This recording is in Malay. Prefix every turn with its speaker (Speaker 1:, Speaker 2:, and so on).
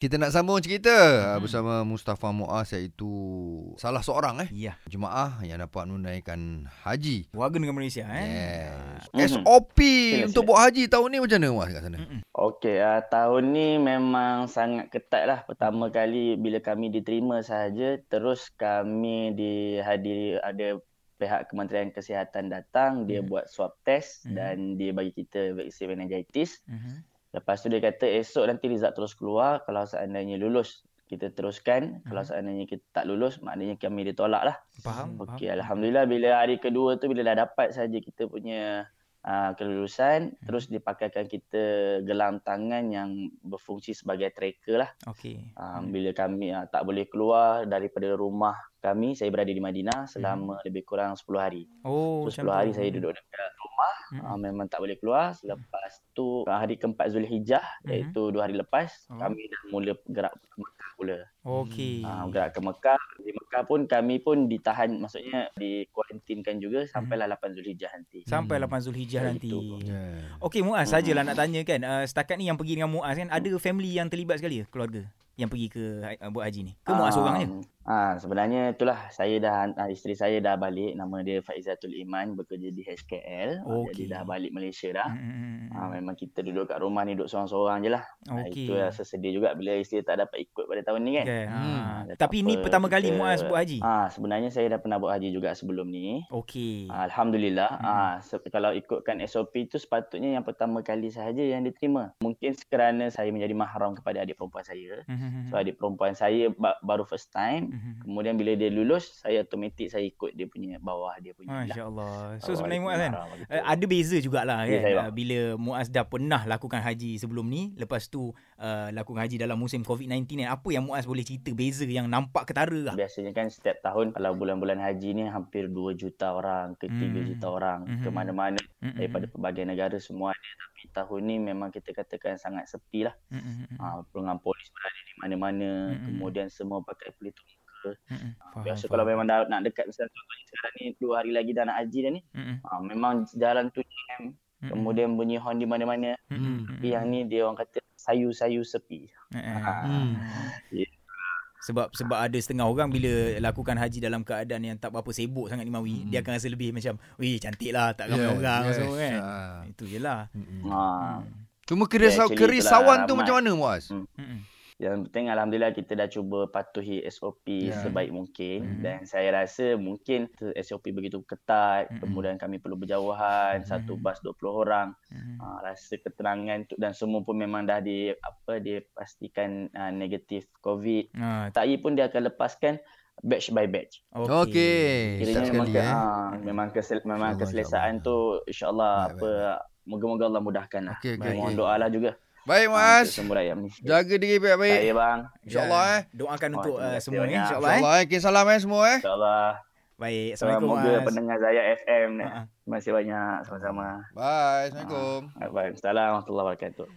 Speaker 1: Kita nak sambung cerita
Speaker 2: Mhm.
Speaker 1: hmm. bersama Mustafa Muaz iaitu salah seorang eh
Speaker 2: Ya.
Speaker 1: jemaah yang dapat menunaikan haji.
Speaker 2: Warga negara Malaysia eh.
Speaker 1: Yes.
Speaker 3: Mhm.
Speaker 1: SOP
Speaker 3: Yes,
Speaker 1: untuk
Speaker 3: yes.
Speaker 1: buat haji tahun ni macam mana Muaz kat sana?
Speaker 2: Mm-mm.
Speaker 3: Okey, uh, tahun ni memang sangat ketat lah. Pertama kali bila kami diterima sahaja, terus kami dihadiri ada pihak Kementerian Kesihatan datang, dia
Speaker 2: Hmm.
Speaker 3: buat swab test
Speaker 2: Hmm.
Speaker 3: dan dia bagi kita vaksin meningitis.
Speaker 2: Mhm.
Speaker 3: Lepas tu dia kata esok nanti result terus keluar. Kalau seandainya lulus, kita teruskan. Kalau
Speaker 2: Hmm.
Speaker 3: seandainya kita tak lulus, maknanya kami ditolak lah.
Speaker 2: Faham?
Speaker 3: Okey,
Speaker 2: faham.
Speaker 3: alhamdulillah bila hari kedua tu bila dah dapat saja kita punya uh, kelulusan,
Speaker 2: Hmm.
Speaker 3: terus dipakaikan kita gelang tangan yang berfungsi sebagai tracker lah.
Speaker 2: Okey.
Speaker 3: Uh,
Speaker 2: Hmm.
Speaker 3: bila kami uh, tak boleh keluar daripada rumah kami, saya berada di Madinah selama lebih kurang 10 hari.
Speaker 2: Mhm. Oh,
Speaker 3: So,
Speaker 2: macam
Speaker 3: 10 hari
Speaker 2: tu.
Speaker 3: saya duduk dekat rumah,
Speaker 2: Mm-mm.
Speaker 3: uh, memang tak boleh keluar. Selepas tu uh, hari keempat Zulhijjah,
Speaker 2: Mhm.
Speaker 3: iaitu dua hari lepas,
Speaker 2: Oh.
Speaker 3: kami dah mula bergerak ke Mekah pula.
Speaker 2: Okey.
Speaker 3: Ah, bergerak ke Mekah. Di Mekah pun kami pun ditahan maksudnya dikuarantinkan juga sampailah 8 Zulhijjah nanti.
Speaker 2: Sampai
Speaker 1: Hmm.
Speaker 2: 8 Zulhijjah
Speaker 3: Macam
Speaker 2: nanti.
Speaker 3: itu.
Speaker 1: Yeah.
Speaker 2: Okey Muaz sajalah nak tanya kan uh, setakat ni yang pergi dengan Muaz kan ada family yang terlibat sekali ke keluarga yang pergi ke uh, buat haji ni ke Muaz seorang je
Speaker 3: Ah, sebenarnya itulah saya dah ah, isteri saya dah balik nama dia Faizatul Iman bekerja di HKL. Ah,
Speaker 2: Okey.
Speaker 3: Jadi dah balik Malaysia dah.
Speaker 2: Hmm.
Speaker 3: Ah, memang kita duduk kat rumah ni duduk seorang-seorang je lah. Ah,
Speaker 2: Okey.
Speaker 3: Itu rasa sedih juga bila isteri tak dapat ikut pada tahun ni kan.
Speaker 2: Kan.
Speaker 1: Hmm.
Speaker 2: Ah,
Speaker 3: Tak
Speaker 2: Tapi ni
Speaker 3: apa,
Speaker 2: pertama kali
Speaker 3: kita-
Speaker 2: Muaz buat haji.
Speaker 3: Ah, sebenarnya saya dah pernah buat haji juga sebelum ni.
Speaker 2: Okey.
Speaker 3: Ah. Alhamdulillah.
Speaker 2: Hmm.
Speaker 3: Hmm. Ah, se- kalau ikutkan SOP itu sepatutnya yang pertama kali sahaja yang diterima. Mungkin kerana saya menjadi mahram kepada adik perempuan saya.
Speaker 2: Mm-hmm.
Speaker 3: So
Speaker 2: Hmm.
Speaker 3: adik perempuan saya ba- baru first time. Kemudian bila dia lulus, saya automatik saya ikut dia punya bawah dia punya. lah.
Speaker 2: Masya-Allah. So
Speaker 3: Bawah
Speaker 2: sebenarnya
Speaker 3: dia
Speaker 2: Muaz
Speaker 3: punya
Speaker 2: kan
Speaker 3: mahram gitu.
Speaker 2: Uh, ada beza jugalah
Speaker 3: Ya,
Speaker 2: kan
Speaker 3: saya
Speaker 2: yeah, uh, bila Muaz dah pernah lakukan haji sebelum ni lepas tu uh, lakukan haji dalam musim COVID-19 ni apa yang Muaz boleh cerita beza yang nampak ketara lah
Speaker 3: Biasanya kan setiap tahun kalau bulan-bulan haji ni hampir 2 juta orang ke 3
Speaker 2: Hmm.
Speaker 3: juta orang
Speaker 2: Mhm.
Speaker 3: ke mana-mana
Speaker 2: Mm-mm.
Speaker 3: daripada pelbagai negara semua ada tapi tahun ni memang kita katakan sangat sepi lah.
Speaker 2: Mm-mm.
Speaker 3: Ha, perangan polis berada di mana-mana.
Speaker 2: Mm-mm.
Speaker 3: Kemudian semua pakai kulit
Speaker 2: Mm-mm. Faham, Ah,
Speaker 3: Biasa
Speaker 2: faham.
Speaker 3: kalau memang dah nak dekat misalnya contohnya sekarang ni dua hari lagi dah nak haji dah ni.
Speaker 2: Mm-mm.
Speaker 3: Ha, memang jalan tu jam.
Speaker 2: Mm-mm.
Speaker 3: Kemudian bunyi horn di mana-mana.
Speaker 2: Mm-mm.
Speaker 3: Tapi yang ni dia orang kata sayu-sayu sepi.
Speaker 2: Ah.
Speaker 1: Hmm.
Speaker 3: Ya.
Speaker 2: Sebab sebab ada setengah orang bila lakukan haji dalam keadaan yang tak berapa sibuk sangat ni Mawi,
Speaker 1: Hmm.
Speaker 2: dia akan rasa lebih macam, "Weh, cantik lah, tak ramai
Speaker 1: Yeah,
Speaker 2: orang
Speaker 1: yes.
Speaker 2: semua kan."
Speaker 1: Ah.
Speaker 2: Itu je lah.
Speaker 1: Mm-mm.
Speaker 3: Ha.
Speaker 1: Cuma kerisau,
Speaker 3: actually
Speaker 1: kerisauan tu
Speaker 3: itulah ramai.
Speaker 1: macam mana Muaz?
Speaker 3: Hmm.
Speaker 2: Mm-mm.
Speaker 3: Yang penting Alhamdulillah kita dah cuba patuhi SOP
Speaker 1: Ya.
Speaker 3: sebaik
Speaker 2: Mhm.
Speaker 3: mungkin. Dan saya rasa mungkin tu SOP begitu ketat.
Speaker 2: Mhm.
Speaker 3: Kemudian kami perlu berjauhan.
Speaker 2: Mhm.
Speaker 3: Satu bas 20 orang.
Speaker 2: Mm-mm.
Speaker 3: Ha, rasa ketenangan tu dan semua pun memang dah di apa dipastikan uh, negatif COVID.
Speaker 2: Ah,
Speaker 3: Ta'i pun dia akan lepaskan batch by batch.
Speaker 1: Okey.
Speaker 3: Kiranya
Speaker 1: Sedap
Speaker 3: memang
Speaker 1: sekali
Speaker 3: ke,
Speaker 1: eh.
Speaker 3: ah, memang kesel, memang
Speaker 1: InsyaAllah,
Speaker 3: keselesaan
Speaker 1: insyaAllah.
Speaker 3: tu
Speaker 1: Baik,
Speaker 3: insya-Allah apa moga-moga Allah mudahkan lah.
Speaker 1: Okey, okey,
Speaker 3: Mohon
Speaker 1: okey.
Speaker 3: doa lah juga
Speaker 1: Baik
Speaker 3: ah,
Speaker 1: Muaz.
Speaker 3: untuk semua rakyat Malaysia.
Speaker 1: Jaga diri baik-baik.
Speaker 3: Saya bang.
Speaker 1: InsyaAllah eh.
Speaker 2: Doakan
Speaker 3: Oh,
Speaker 2: untuk
Speaker 3: terima
Speaker 2: uh,
Speaker 3: kasih
Speaker 2: semua ni
Speaker 3: banyak.
Speaker 2: insyaAllah eh.
Speaker 1: InsyaAllah eh. Okay, salam eh semua eh.
Speaker 3: Insya-Allah.
Speaker 2: Baik. Assalamualaikum. eh.
Speaker 3: Semoga
Speaker 2: Mas.
Speaker 3: pendengar Zaya FM.
Speaker 2: Ah, ah.
Speaker 3: Terima kasih banyak sama-sama. Ah.
Speaker 1: Bye. Assalamualaikum.
Speaker 3: Waalaikumsalam warahmatullahi wabarakatuh.